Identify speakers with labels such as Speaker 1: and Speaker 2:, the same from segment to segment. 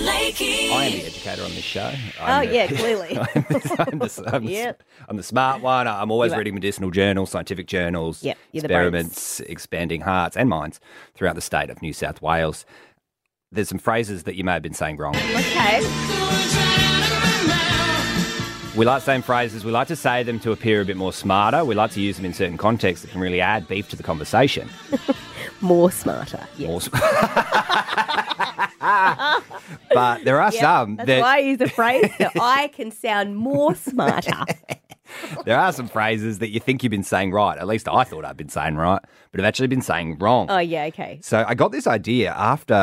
Speaker 1: I am the educator on this show.
Speaker 2: Oh,
Speaker 1: I'm the-
Speaker 2: yeah, clearly.
Speaker 1: I'm the, I'm the- I'm the-
Speaker 2: Yep.
Speaker 1: I'm the smart one. I'm always
Speaker 2: You are.
Speaker 1: reading medicinal journals, scientific journals,
Speaker 2: Yep, you're the brains.
Speaker 1: experiments, expanding hearts and minds throughout the state of New South Wales. There's some phrases that you may have been saying wrong.
Speaker 2: Okay.
Speaker 1: We like saying phrases. We like to say them to appear a bit more smarter. We like to use them in certain contexts that can really add beef to the conversation.
Speaker 2: More smarter. Yeah.
Speaker 1: Awesome. but there are some
Speaker 2: That's
Speaker 1: that
Speaker 2: why I use the phrase that I can sound more smarter.
Speaker 1: there are some phrases that you think you've been saying right. At least I thought I'd been saying right, but I've actually been saying wrong.
Speaker 2: Oh, yeah, okay.
Speaker 1: So I got this idea after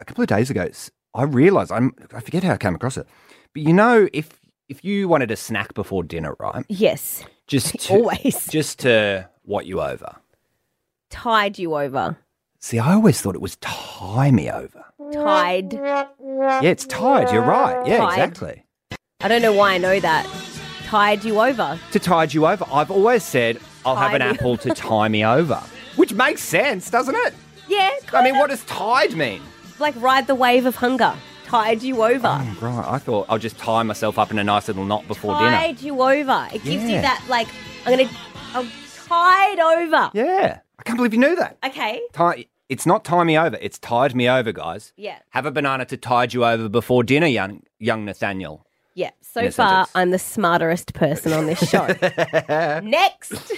Speaker 1: a couple of days ago. S- I realized I'm I forget how I came across it, but you know if if you wanted a snack before dinner, right?
Speaker 2: Yes.
Speaker 1: Just to,
Speaker 2: Always.
Speaker 1: just to what you over.
Speaker 2: Tied you over.
Speaker 1: See, I always thought it was tie me over.
Speaker 2: Tied.
Speaker 1: Yeah, it's tied. You're right. Yeah,
Speaker 2: Tied.
Speaker 1: exactly.
Speaker 2: I don't know why I know that. Tied you over.
Speaker 1: To tide you over. I've always said I'll have
Speaker 2: Tie
Speaker 1: an
Speaker 2: me-
Speaker 1: apple to tie me over, which makes sense, doesn't it?
Speaker 2: Yeah,
Speaker 1: I
Speaker 2: kind
Speaker 1: mean, what does tide mean?
Speaker 2: of like ride the wave of hunger. Tied you over.
Speaker 1: Right, I thought I'll just tie myself up in a nice little knot before Mm, dinner.
Speaker 2: Tied you over. It gives you
Speaker 1: Yeah.
Speaker 2: that like I'm gonna I'm tied over.
Speaker 1: Yeah, I can't believe you knew that.
Speaker 2: Okay.
Speaker 1: Tie, it's not tie me over. It's tide me over, guys.
Speaker 2: Yeah.
Speaker 1: Have a banana to tide you over before dinner, young young Nathaniel.
Speaker 2: Yeah. So
Speaker 1: In a
Speaker 2: far
Speaker 1: sentence.
Speaker 2: I'm the smarterest person on this show. Next.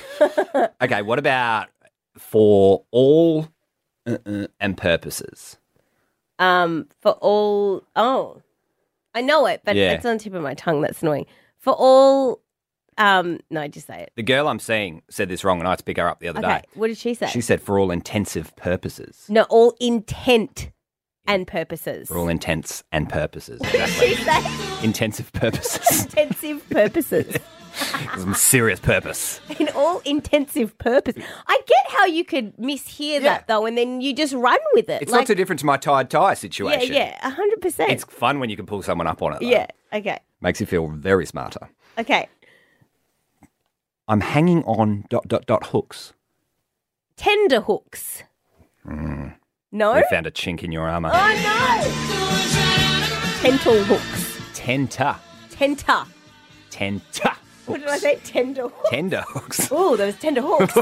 Speaker 1: Okay, what about for all uh-uh, and purposes?
Speaker 2: Um for all oh. I know it, but
Speaker 1: Yeah.
Speaker 2: it's on the tip of my tongue, that's annoying. For all um no, just say it.
Speaker 1: The girl I'm seeing said this wrong, and I had to pick her up the other
Speaker 2: Okay.
Speaker 1: day.
Speaker 2: What did she say?
Speaker 1: She said for all intensive purposes.
Speaker 2: no, all intent and purposes.
Speaker 1: For all intents and purposes.
Speaker 2: She
Speaker 1: Exactly.
Speaker 2: said
Speaker 1: Intensive purposes.
Speaker 2: intensive purposes.
Speaker 1: Some serious purpose.
Speaker 2: in all intensive purpose. I get how you could mishear
Speaker 1: Yeah.
Speaker 2: that though, and then you just run with it.
Speaker 1: It's not too different to my tied tie
Speaker 2: yeah,
Speaker 1: situation.
Speaker 2: yeah, a hundred percent.
Speaker 1: It's fun when you can pull someone up on it. though.
Speaker 2: Yeah. Okay.
Speaker 1: Makes you feel very smarter.
Speaker 2: Okay.
Speaker 1: I'm hanging on dot dot dot hooks.
Speaker 2: Tender hooks. No.
Speaker 1: Mm. We found a chink in your armor.
Speaker 2: Oh no. Tental hooks.
Speaker 1: Tenta.
Speaker 2: Tenter.
Speaker 1: Tenta.
Speaker 2: What did I say? Tender.
Speaker 1: Tender hooks.
Speaker 2: Oh, those tender hooks.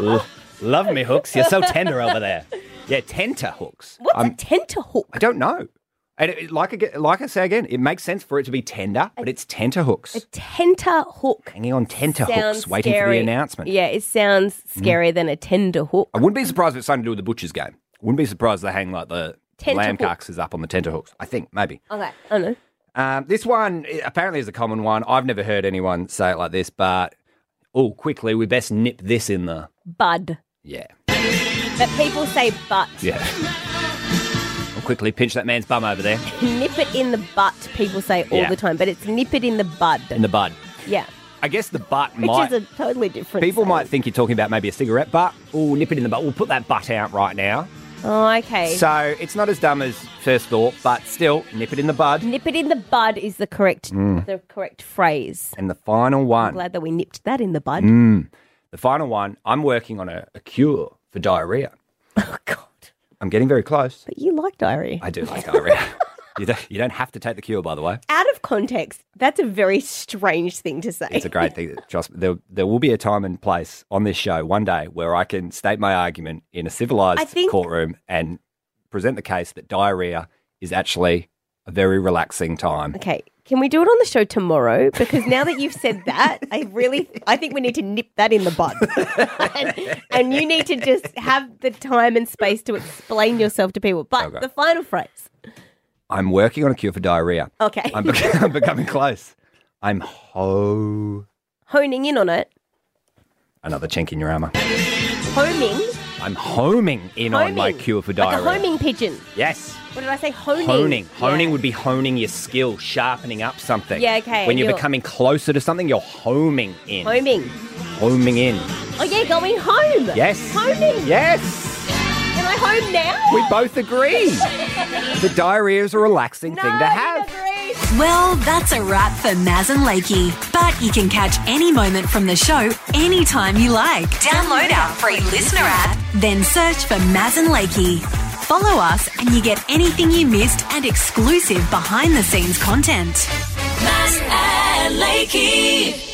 Speaker 1: Ooh. Love me hooks. You're so tender over there. Yeah, tenta hooks.
Speaker 2: What's
Speaker 1: I'm,
Speaker 2: a tenter hook?
Speaker 1: I don't know. And it, like, I get, like I say again, it makes sense for it to be tender, but it's tenter hooks.
Speaker 2: A tenter hook.
Speaker 1: Hanging on tenter
Speaker 2: Sounds
Speaker 1: hooks, waiting
Speaker 2: scary.
Speaker 1: for the announcement. Mm. Oh.
Speaker 2: Yeah, it sounds scarier than a tender hook.
Speaker 1: I wouldn't be surprised if it's something to do with the butcher's game. Wouldn't be surprised if they hang like the
Speaker 2: Tenter
Speaker 1: lamb
Speaker 2: hook.
Speaker 1: carcasses up on the tenter hooks. I think, maybe.
Speaker 2: Okay. I know.
Speaker 1: Um, this one eh, apparently is a common one. I've never heard anyone say it like this, but oh, quickly, we best nip this in the.
Speaker 2: Bud.
Speaker 1: Yeah.
Speaker 2: But people say butt.
Speaker 1: Yeah. I'll quickly pinch that man's bum over there
Speaker 2: Nip it in the butt, people say all
Speaker 1: Yeah.
Speaker 2: the time, but it's nip it in the bud.
Speaker 1: in the bud.
Speaker 2: yeah.
Speaker 1: I guess the butt
Speaker 2: Which
Speaker 1: might.
Speaker 2: is a totally different.
Speaker 1: people
Speaker 2: saying.
Speaker 1: might think you're talking about maybe a cigarette butt. Oh, nip it in the butt. We'll put that butt out right now.
Speaker 2: Oh, okay.
Speaker 1: So it's not as dumb as first thought, but still, nip it in the bud.
Speaker 2: nip it in the bud is the correct
Speaker 1: Mm.
Speaker 2: the correct phrase.
Speaker 1: And the final one.
Speaker 2: Glad that we nipped that in the bud.
Speaker 1: Mm. The final one. I'm working on a, a cure for diarrhea.
Speaker 2: Oh God.
Speaker 1: I'm getting very close.
Speaker 2: But you like diary.
Speaker 1: I do like diarrhea. You don't, you don't have to take the cure, by the way.
Speaker 2: Out of context, that's a very strange thing to say.
Speaker 1: It's a great thing. that- Trust me, there, there will be a time and place on this show one day where I can state my argument in a
Speaker 2: I
Speaker 1: civilized
Speaker 2: think-
Speaker 1: courtroom and present the case that diarrhea is actually a very relaxing time.
Speaker 2: Okay. Can we do it on the show tomorrow? Because now that you've said that, I really, I think we need to nip that in the bud. and, and you need to just have the time and space to explain yourself to people. But
Speaker 1: Okay.
Speaker 2: the final phrase.
Speaker 1: I'm working on a cure for diarrhea.
Speaker 2: Okay.
Speaker 1: I'm, bec- I'm becoming close. I'm ho.
Speaker 2: Honing in on it.
Speaker 1: Another chink in your armor.
Speaker 2: Homing.
Speaker 1: I'm homing in on my
Speaker 2: Homing.
Speaker 1: cure for
Speaker 2: Like a
Speaker 1: diarrhea.
Speaker 2: homing pigeon.
Speaker 1: Yes.
Speaker 2: What did I say? Honing.
Speaker 1: Honing.
Speaker 2: Yeah.
Speaker 1: Honing would be honing your skill, sharpening up something.
Speaker 2: Yeah, okay,
Speaker 1: When you're,
Speaker 2: you're-
Speaker 1: becoming closer to something, you're homing in.
Speaker 2: Homing.
Speaker 1: Homing in.
Speaker 2: Oh, yeah, going home.
Speaker 1: Yes.
Speaker 2: Homing.
Speaker 1: Yes.
Speaker 2: Am I home now?
Speaker 1: We both agree. the diarrhea is a relaxing thing to have.
Speaker 3: Well, that's a wrap for Maz and Lakey. But you can catch any moment from the show anytime you like. Download our free listener app, then search for Maz and Lakey. Follow us and you get anything you missed and exclusive behind the scenes content. Mass and Lakey.